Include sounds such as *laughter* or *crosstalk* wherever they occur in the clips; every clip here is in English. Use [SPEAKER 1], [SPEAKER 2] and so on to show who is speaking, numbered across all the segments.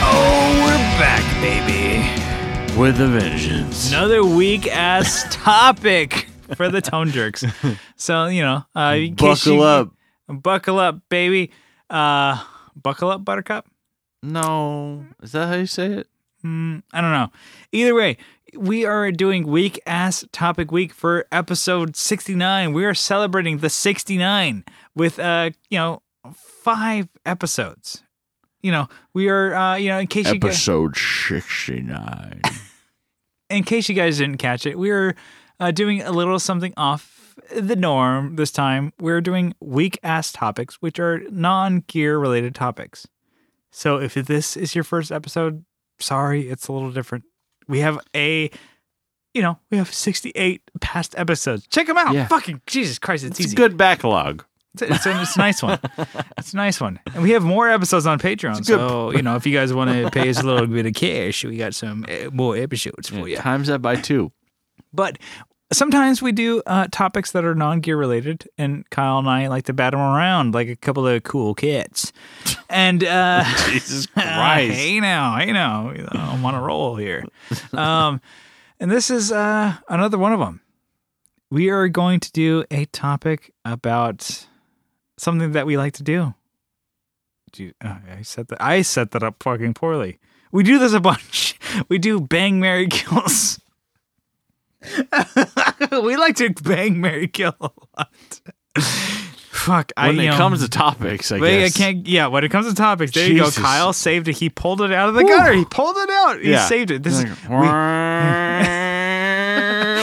[SPEAKER 1] Oh, we're back, baby.
[SPEAKER 2] With a vengeance.
[SPEAKER 1] Another weak ass *laughs* topic for the tone jerks. So, you know, uh, in case
[SPEAKER 2] Buckle
[SPEAKER 1] you-
[SPEAKER 2] up.
[SPEAKER 1] Buckle up, baby. Uh, buckle up, buttercup.
[SPEAKER 2] No. Is that how you say it?
[SPEAKER 1] Mm, I don't know. Either way, we are doing weak ass topic week for episode 69. We are celebrating the 69 with uh, you know, five episodes. You know, we are uh, you know, in case you guys,
[SPEAKER 2] Episode 69.
[SPEAKER 1] in case you guys didn't catch it, we are uh, doing a little something off the norm this time. We're doing weak ass topics, which are non-gear related topics. So if this is your first episode, sorry, it's a little different. We have a, you know, we have 68 past episodes. Check them out.
[SPEAKER 2] Yeah.
[SPEAKER 1] Fucking Jesus Christ, it's,
[SPEAKER 2] it's a
[SPEAKER 1] easy.
[SPEAKER 2] good *laughs* backlog.
[SPEAKER 1] It's, it's, a, it's a nice
[SPEAKER 2] *laughs*
[SPEAKER 1] one. It's a nice one. And we have more episodes on Patreon.
[SPEAKER 2] It's a good-
[SPEAKER 1] So, you know, if you guys want
[SPEAKER 2] *laughs*
[SPEAKER 1] to pay us a little bit of cash, we got some uh, more episodes for you.
[SPEAKER 2] Times that by two.
[SPEAKER 1] But sometimes we do uh, topics that are non gear related, and Kyle and I like to bat them around like a couple of cool kids. And uh,
[SPEAKER 2] *laughs*
[SPEAKER 1] *laughs*
[SPEAKER 2] Jesus
[SPEAKER 1] hey now, hey now, you know, I'm on a roll here. Um, and this is uh, another one of them. We are going to do a topic about something that we like to do. Do you- oh, I set that? I set that up fucking poorly. We do this a *laughs* bunch. We do bang, Mary kills. *laughs* we like to bang, Mary kill a lot. Fuck. I,
[SPEAKER 2] When
[SPEAKER 1] you
[SPEAKER 2] it
[SPEAKER 1] know,
[SPEAKER 2] comes to topics, I
[SPEAKER 1] Wait, I
[SPEAKER 2] guess.
[SPEAKER 1] can't. Yeah, when it comes to topics, there
[SPEAKER 2] Jesus.
[SPEAKER 1] you go. Kyle saved it. He pulled it out of the
[SPEAKER 2] Whew.
[SPEAKER 1] gutter. He pulled it out. He
[SPEAKER 2] Yeah.
[SPEAKER 1] saved it. This is
[SPEAKER 2] like,
[SPEAKER 1] we-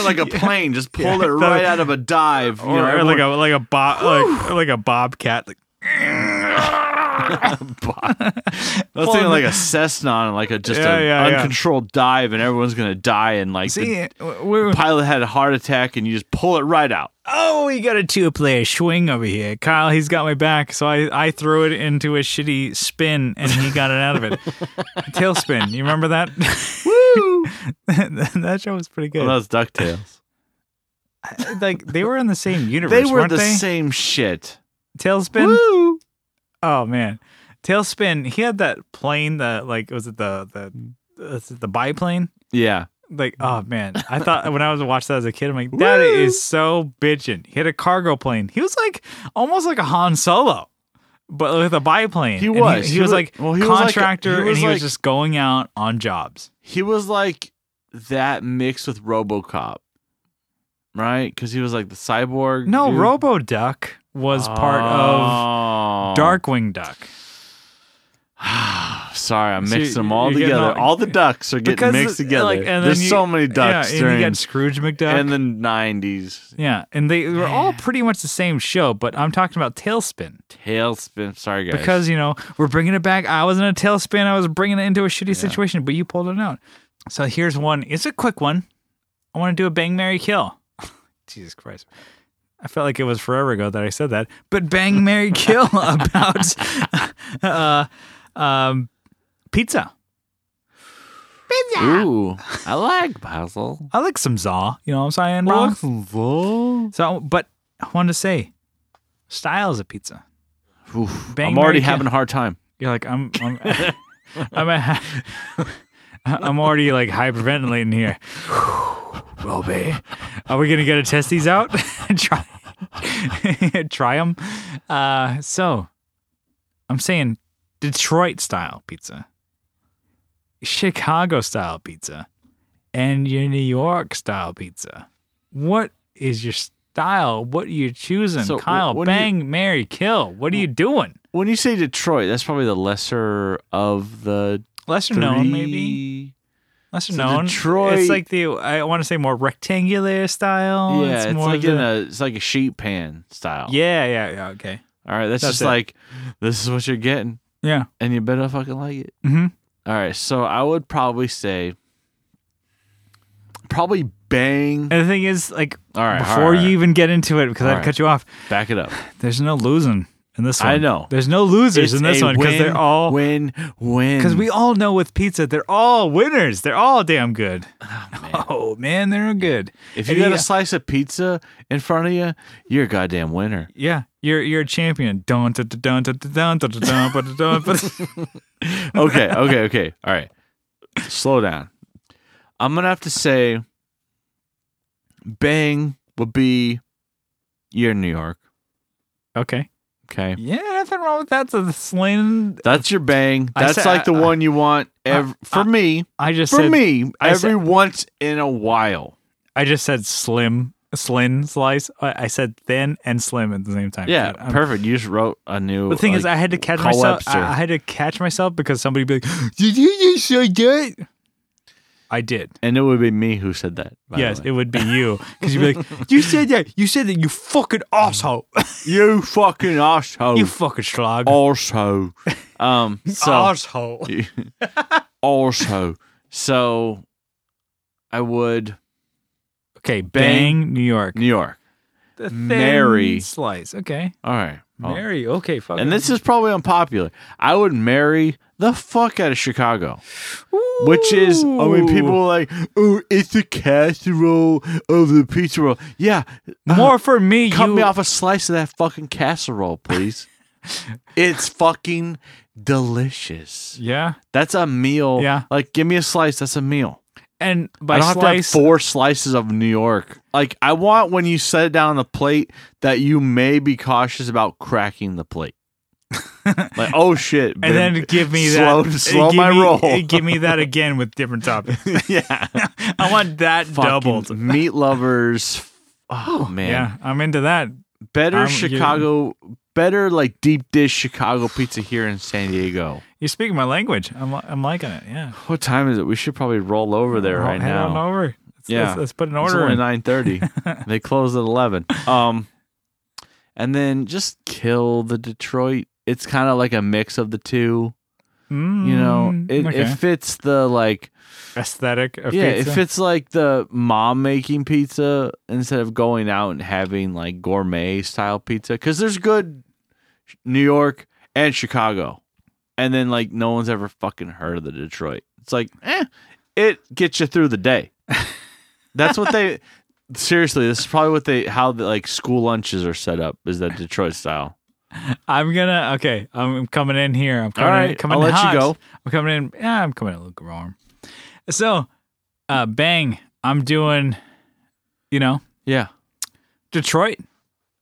[SPEAKER 2] like a plane, just pulled
[SPEAKER 1] Yeah.
[SPEAKER 2] it right out of a dive. you
[SPEAKER 1] or,
[SPEAKER 2] know,
[SPEAKER 1] or like a like a bob like, like a bobcat.
[SPEAKER 2] *laughs*
[SPEAKER 1] Like, *laughs*
[SPEAKER 2] Let's think of *laughs* like a Cessna and like a just
[SPEAKER 1] Yeah,
[SPEAKER 2] an
[SPEAKER 1] yeah, yeah.
[SPEAKER 2] uncontrolled dive, and everyone's gonna die. And like the
[SPEAKER 1] see, we
[SPEAKER 2] pilot had a heart attack, and you just pull it right out.
[SPEAKER 1] oh, we got a two player swing over here. Kyle, he's got my back, so I I threw it into a shitty spin, and he got it out of
[SPEAKER 2] *laughs*
[SPEAKER 1] it. Tailspin. You remember that? Woo! *laughs* that show was pretty good.
[SPEAKER 2] Well, that was Ducktales.
[SPEAKER 1] like they were in the same universe,
[SPEAKER 2] they were
[SPEAKER 1] weren't
[SPEAKER 2] the
[SPEAKER 1] they?
[SPEAKER 2] same shit.
[SPEAKER 1] Tailspin.
[SPEAKER 2] Woo!
[SPEAKER 1] Oh man, Tailspin. He had that plane that like was it the the was it the biplane?
[SPEAKER 2] Yeah,
[SPEAKER 1] Like oh man, I
[SPEAKER 2] *laughs*
[SPEAKER 1] thought when I was watching that as a kid, I'm like that is
[SPEAKER 2] Mm. Woo!
[SPEAKER 1] so bitchin'. He had a cargo plane. He was like almost like a Han Solo, but with a biplane.
[SPEAKER 2] He
[SPEAKER 1] And
[SPEAKER 2] was.
[SPEAKER 1] He,
[SPEAKER 2] He
[SPEAKER 1] was
[SPEAKER 2] wa-
[SPEAKER 1] like
[SPEAKER 2] well, he was like-
[SPEAKER 1] contractor,
[SPEAKER 2] he was
[SPEAKER 1] and he
[SPEAKER 2] like-
[SPEAKER 1] was just going out on jobs.
[SPEAKER 2] he was like that mixed with RoboCop, right? Because he was like the cyborg.
[SPEAKER 1] No,
[SPEAKER 2] dude.
[SPEAKER 1] Robo Duck was part of
[SPEAKER 2] Oh.
[SPEAKER 1] Darkwing Duck
[SPEAKER 2] Sorry, I
[SPEAKER 1] So
[SPEAKER 2] mixed
[SPEAKER 1] you-
[SPEAKER 2] them all
[SPEAKER 1] you're getting
[SPEAKER 2] together.
[SPEAKER 1] all-
[SPEAKER 2] All, the ducks are getting mixed
[SPEAKER 1] like,
[SPEAKER 2] together.
[SPEAKER 1] and
[SPEAKER 2] There's
[SPEAKER 1] then you-
[SPEAKER 2] so many ducks
[SPEAKER 1] Yeah, and
[SPEAKER 2] during
[SPEAKER 1] you got Scrooge McDuck
[SPEAKER 2] in the nineties.
[SPEAKER 1] Yeah, and they were all pretty much the same show, but I'm talking about Tailspin
[SPEAKER 2] Tailspin. Sorry, guys.
[SPEAKER 1] because you know we're bringing it back. I was in a tailspin. I was bringing it into a shitty situation, but you pulled it out. So here's one. It's a quick one. I want to do a bang, Mary kill. *laughs* Jesus Christ. I felt like it was forever ago that I said that, but bang, Mary kill about *laughs* uh, um, pizza.
[SPEAKER 2] ooh, I like Basil.
[SPEAKER 1] I like some za. You know what I'm saying, bro?
[SPEAKER 2] Basil.
[SPEAKER 1] So, but I wanted to say, styles of pizza.
[SPEAKER 2] Oof,
[SPEAKER 1] Bang,
[SPEAKER 2] I'm already
[SPEAKER 1] Mary,
[SPEAKER 2] having a hard time.
[SPEAKER 1] You're like I'm
[SPEAKER 2] *laughs*
[SPEAKER 1] I'm I'm, a, I'm already like hyperventilating here. well, babe, are we gonna get to test these out? *laughs* try try them. Uh, so I'm saying Detroit style pizza, Chicago style pizza, and your New York style pizza. What is your style? What are you choosing,
[SPEAKER 2] So, wh-
[SPEAKER 1] Kyle?
[SPEAKER 2] what do you-
[SPEAKER 1] Bang, Mary, kill. What are you doing?
[SPEAKER 2] When you say Detroit, that's probably the lesser of the
[SPEAKER 1] Lesser
[SPEAKER 2] three.
[SPEAKER 1] known, maybe. Lesser
[SPEAKER 2] So
[SPEAKER 1] known.
[SPEAKER 2] Detroit-
[SPEAKER 1] It's like the I want to say more rectangular style.
[SPEAKER 2] Yeah, it's,
[SPEAKER 1] it's, Oh, more
[SPEAKER 2] like
[SPEAKER 1] the-
[SPEAKER 2] in a it's like a sheet pan style.
[SPEAKER 1] Yeah, yeah, yeah. Okay.
[SPEAKER 2] All right, that's,
[SPEAKER 1] That's
[SPEAKER 2] just
[SPEAKER 1] it.
[SPEAKER 2] like this is what you're getting,
[SPEAKER 1] Yeah.
[SPEAKER 2] and you better fucking like it.
[SPEAKER 1] Mm-hmm.
[SPEAKER 2] All right, so I would probably say probably bang.
[SPEAKER 1] And the thing is, like
[SPEAKER 2] All right, all
[SPEAKER 1] before
[SPEAKER 2] right, all
[SPEAKER 1] you
[SPEAKER 2] right.
[SPEAKER 1] even get into it, because
[SPEAKER 2] All
[SPEAKER 1] I'd
[SPEAKER 2] right.
[SPEAKER 1] cut you off.
[SPEAKER 2] back it up.
[SPEAKER 1] There's no losing. in this one.
[SPEAKER 2] I know.
[SPEAKER 1] There's no losers in this
[SPEAKER 2] a
[SPEAKER 1] one because they're all
[SPEAKER 2] win win.
[SPEAKER 1] because we all know with pizza they're all winners. They're all damn good.
[SPEAKER 2] Oh, man.
[SPEAKER 1] *laughs* Oh man, they're good.
[SPEAKER 2] If you
[SPEAKER 1] And
[SPEAKER 2] got
[SPEAKER 1] yeah.
[SPEAKER 2] a slice of pizza in front of you, you're a goddamn winner.
[SPEAKER 1] Yeah, you're you're a champion. Dun dun dun dun dun dun dun dun dun dun. dun.
[SPEAKER 2] Okay, okay, okay. All right. Slow down. I'm going to have to say Bang would be You're in New York.
[SPEAKER 1] Okay.
[SPEAKER 2] *laughs* Okay.
[SPEAKER 1] Yeah, nothing wrong with that. So the sling.
[SPEAKER 2] That's your bang.
[SPEAKER 1] I
[SPEAKER 2] That's
[SPEAKER 1] said-
[SPEAKER 2] like the
[SPEAKER 1] I-
[SPEAKER 2] one you want ev- for
[SPEAKER 1] I-
[SPEAKER 2] me.
[SPEAKER 1] I just
[SPEAKER 2] For
[SPEAKER 1] said
[SPEAKER 2] me,
[SPEAKER 1] I
[SPEAKER 2] every
[SPEAKER 1] said-
[SPEAKER 2] once in a while.
[SPEAKER 1] I just said slim slim slice. I, I said thin and slim at the same time.
[SPEAKER 2] Yeah,
[SPEAKER 1] I'm-
[SPEAKER 2] perfect. You just wrote a new.
[SPEAKER 1] The thing is,
[SPEAKER 2] like,
[SPEAKER 1] I had to catch
[SPEAKER 2] Carl
[SPEAKER 1] myself.
[SPEAKER 2] Webster.
[SPEAKER 1] I, I had to catch myself because somebody would be like, "Did you just say that?" I did.
[SPEAKER 2] and it would be me who said that. by the
[SPEAKER 1] yes,
[SPEAKER 2] way.
[SPEAKER 1] it would be
[SPEAKER 2] *laughs*
[SPEAKER 1] you because you'd be like, "You said that. You said that. You fucking asshole. *laughs*
[SPEAKER 2] you fucking asshole.
[SPEAKER 1] you
[SPEAKER 2] *laughs*
[SPEAKER 1] fucking schlag.
[SPEAKER 2] also.
[SPEAKER 1] *laughs*
[SPEAKER 2] Um, Oh, so
[SPEAKER 1] asshole."
[SPEAKER 2] also, so I would
[SPEAKER 1] Okay, bang, New York.
[SPEAKER 2] New York.
[SPEAKER 1] The thin
[SPEAKER 2] marry-
[SPEAKER 1] slice. Okay,
[SPEAKER 2] All right, Oh.
[SPEAKER 1] Mary. Okay, fuck.
[SPEAKER 2] and this is probably unpopular. I would marry the fuck out of Chicago, which is I mean, people are like, oh, it's the casserole of the pizza roll. Yeah, *laughs*
[SPEAKER 1] more for me.
[SPEAKER 2] cut
[SPEAKER 1] you,
[SPEAKER 2] me off a slice of that fucking
[SPEAKER 1] *laughs*
[SPEAKER 2] casserole, please. it's fucking delicious.
[SPEAKER 1] Yeah,
[SPEAKER 2] That's a meal.
[SPEAKER 1] Yeah.
[SPEAKER 2] like give me a slice. That's a meal.
[SPEAKER 1] and
[SPEAKER 2] I
[SPEAKER 1] by
[SPEAKER 2] don't have to have
[SPEAKER 1] slice,
[SPEAKER 2] four slices of New York. Like I want when you set it down on the plate that you may be cautious about cracking the plate. like oh shit,
[SPEAKER 1] and then give me
[SPEAKER 2] slow,
[SPEAKER 1] that.
[SPEAKER 2] slow
[SPEAKER 1] give
[SPEAKER 2] my
[SPEAKER 1] me- *laughs*
[SPEAKER 2] roll. *laughs*
[SPEAKER 1] Give me that again with different toppings.
[SPEAKER 2] yeah,
[SPEAKER 1] *laughs* I want that
[SPEAKER 2] Fucking
[SPEAKER 1] doubled. *laughs*
[SPEAKER 2] meat lovers. Oh man,
[SPEAKER 1] Yeah, I'm into that.
[SPEAKER 2] better
[SPEAKER 1] I'm- you-
[SPEAKER 2] Chicago, better like deep dish Chicago pizza here in San Diego.
[SPEAKER 1] You're speaking my language. I'm I'm liking it. Yeah.
[SPEAKER 2] What time is it? We should probably roll over there
[SPEAKER 1] Well,
[SPEAKER 2] right
[SPEAKER 1] head
[SPEAKER 2] now.
[SPEAKER 1] on over. Let's,
[SPEAKER 2] Yeah.
[SPEAKER 1] let's, let's put an
[SPEAKER 2] It's
[SPEAKER 1] order
[SPEAKER 2] only
[SPEAKER 1] in. *laughs*
[SPEAKER 2] nine thirty. they close at eleven. Um, and then just kill the Detroit. It's kind of like a mix of the two.
[SPEAKER 1] Mm,
[SPEAKER 2] You know, it,
[SPEAKER 1] okay.
[SPEAKER 2] it fits the like
[SPEAKER 1] aesthetic. Of
[SPEAKER 2] yeah,
[SPEAKER 1] pizza.
[SPEAKER 2] it fits like the mom making pizza instead of going out and having like gourmet style pizza because there's good Sh- New York and Chicago, and then like no one's ever fucking heard of the Detroit. It's like eh, it gets you through the *laughs* day. That's what they. Seriously, this is probably what they how the like school lunches are set up is that Detroit style.
[SPEAKER 1] I'm gonna okay. I'm coming in here. I'm coming. in,
[SPEAKER 2] right,
[SPEAKER 1] coming
[SPEAKER 2] I'll
[SPEAKER 1] in
[SPEAKER 2] let you
[SPEAKER 1] hot.
[SPEAKER 2] go.
[SPEAKER 1] I'm coming in. Yeah, I'm coming in a little warm. So, uh, bang. I'm doing. You know,
[SPEAKER 2] Yeah,
[SPEAKER 1] Detroit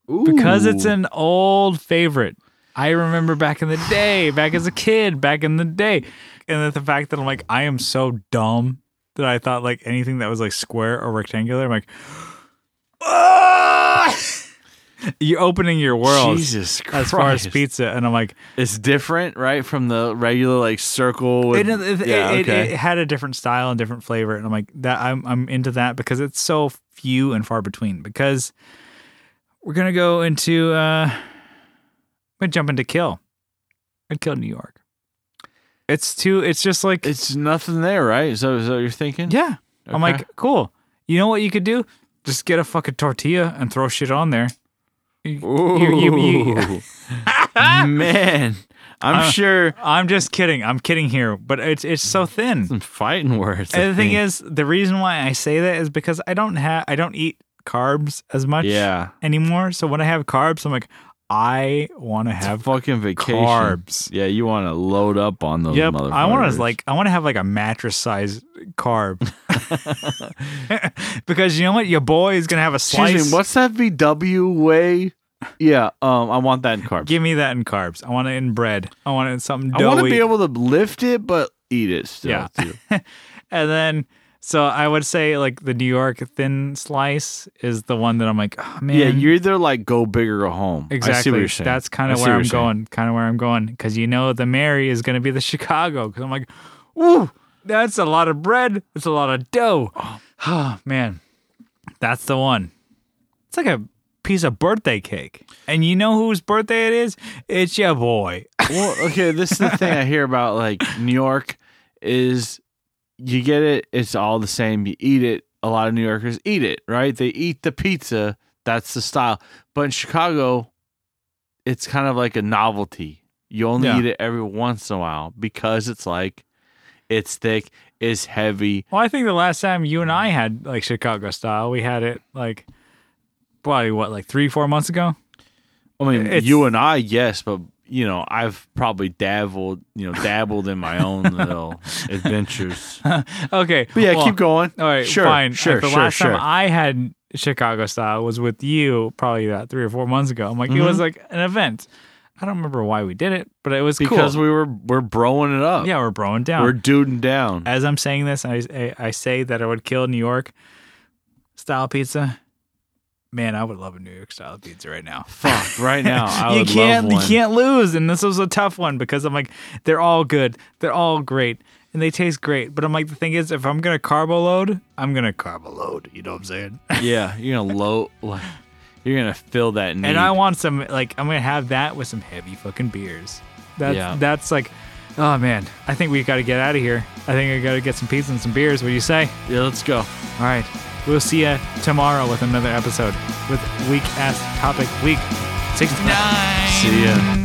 [SPEAKER 1] because it's an old favorite. I remember back in the day, back as a kid, back in the day, and that the fact that I'm like, I am so dumb that I thought like anything that was like square or rectangular, I'm like, "Ah!" *laughs* you're opening your world
[SPEAKER 2] Jesus Christ.
[SPEAKER 1] as far as pizza, and I'm like,
[SPEAKER 2] It's different, right, from the regular like circle. With,
[SPEAKER 1] it, it,
[SPEAKER 2] yeah,
[SPEAKER 1] it,
[SPEAKER 2] okay.
[SPEAKER 1] it, it had a different style and different flavor, and I'm like that. I'm I'm into that because it's so few and far between. Because we're gonna go into, uh, I'm gonna jump into Kill. I'd kill New York. It's too. It's just like
[SPEAKER 2] It's nothing there, right? So, so you're thinking?
[SPEAKER 1] yeah. I'm
[SPEAKER 2] Okay.
[SPEAKER 1] like cool. You know what you could do? Just get a fucking tortilla and throw shit on there.
[SPEAKER 2] Ooh.
[SPEAKER 1] you- you- *laughs*
[SPEAKER 2] man, I'm
[SPEAKER 1] Uh,
[SPEAKER 2] sure
[SPEAKER 1] I'm just kidding. I'm kidding here, but it's it's so
[SPEAKER 2] Mm-hmm.
[SPEAKER 1] thin.
[SPEAKER 2] some fighting words. I
[SPEAKER 1] And the thing
[SPEAKER 2] think.
[SPEAKER 1] is, the reason why I say that is because I don't have I don't eat carbs as much
[SPEAKER 2] yeah,
[SPEAKER 1] anymore. So when I have carbs, I'm like, I want to
[SPEAKER 2] it's
[SPEAKER 1] have
[SPEAKER 2] fucking vacation.
[SPEAKER 1] carbs.
[SPEAKER 2] Yeah, you want to load up on those.
[SPEAKER 1] Yep,
[SPEAKER 2] motherfuckers.
[SPEAKER 1] I want to like I want to have like a mattress size
[SPEAKER 2] *laughs*
[SPEAKER 1] carb *laughs* because you know what, your boy is gonna have a slice.
[SPEAKER 2] Excuse me, what's that VW way? Yeah, um, I want that in carbs.
[SPEAKER 1] Give me that in carbs. I want it in bread. I want it in something
[SPEAKER 2] I
[SPEAKER 1] doughy.
[SPEAKER 2] want to be able to lift it, but eat it still.
[SPEAKER 1] E. Yeah.
[SPEAKER 2] too.
[SPEAKER 1] and then. So I would say like the New York thin slice is the one that I'm like, oh man.
[SPEAKER 2] yeah. You're either like go big or go home. I see
[SPEAKER 1] Exactly.
[SPEAKER 2] what you're saying.
[SPEAKER 1] That's kind
[SPEAKER 2] I
[SPEAKER 1] of
[SPEAKER 2] see
[SPEAKER 1] where
[SPEAKER 2] what
[SPEAKER 1] I'm
[SPEAKER 2] you're saying.
[SPEAKER 1] going. Kind of where I'm going because you know the Mary is going to be the *laughs* Chicago. Because I'm like, ooh, that's a lot of bread. That's a lot of dough. *sighs* Oh man, that's the one. It's like a piece of birthday cake, and you know whose birthday it is? It's your boy.
[SPEAKER 2] Well, okay, this is the thing I hear about like New York is you get it, it's all the same. You eat it. A lot of New Yorkers eat it, right? They eat the pizza. That's the style. But in Chicago, it's kind of like a novelty. You only
[SPEAKER 1] Yeah.
[SPEAKER 2] eat it every once in a while because it's like it's thick, it's heavy.
[SPEAKER 1] Well, I think the last time you and I had like Chicago style, we had it like probably what like three four months ago.
[SPEAKER 2] I mean,
[SPEAKER 1] It's-
[SPEAKER 2] you and I, yes, but you know, I've probably dabbled, you know, dabbled in my own
[SPEAKER 1] *laughs*
[SPEAKER 2] little adventures. But
[SPEAKER 1] Okay,
[SPEAKER 2] yeah,
[SPEAKER 1] well,
[SPEAKER 2] keep going.
[SPEAKER 1] All right,
[SPEAKER 2] sure,
[SPEAKER 1] fine.
[SPEAKER 2] sure,
[SPEAKER 1] Like, the
[SPEAKER 2] sure,
[SPEAKER 1] last
[SPEAKER 2] sure.
[SPEAKER 1] time I had Chicago style was with you, probably about three or four months ago. I'm like, it
[SPEAKER 2] Mm-hmm.
[SPEAKER 1] was like an event. I don't remember why we did it, but it was
[SPEAKER 2] because
[SPEAKER 1] cool.
[SPEAKER 2] we were we're broing it up.
[SPEAKER 1] yeah, we're broing down.
[SPEAKER 2] we're
[SPEAKER 1] *laughs*
[SPEAKER 2] duding down.
[SPEAKER 1] As I'm saying this, I, I I say that I would kill New York style pizza. Man, I would love a New York style pizza right now.
[SPEAKER 2] Fuck, right now I
[SPEAKER 1] you
[SPEAKER 2] would
[SPEAKER 1] can't
[SPEAKER 2] love
[SPEAKER 1] you
[SPEAKER 2] one.
[SPEAKER 1] can't lose and this was a tough one because i'm like they're all good they're all great and they taste great but i'm like the thing is if i'm gonna carbo load i'm gonna carbo load you know what i'm saying
[SPEAKER 2] Yeah, you're gonna low. Like, *laughs* you're gonna fill that need.
[SPEAKER 1] and i want some like i'm gonna have that with some heavy fucking beers that's
[SPEAKER 2] Yeah.
[SPEAKER 1] that's like oh man i think we gotta get out of here i think i gotta get some pizza and some beers what do you say
[SPEAKER 2] yeah, let's go.
[SPEAKER 1] all right we'll see you tomorrow with another episode with week ass topic week 69
[SPEAKER 2] See ya.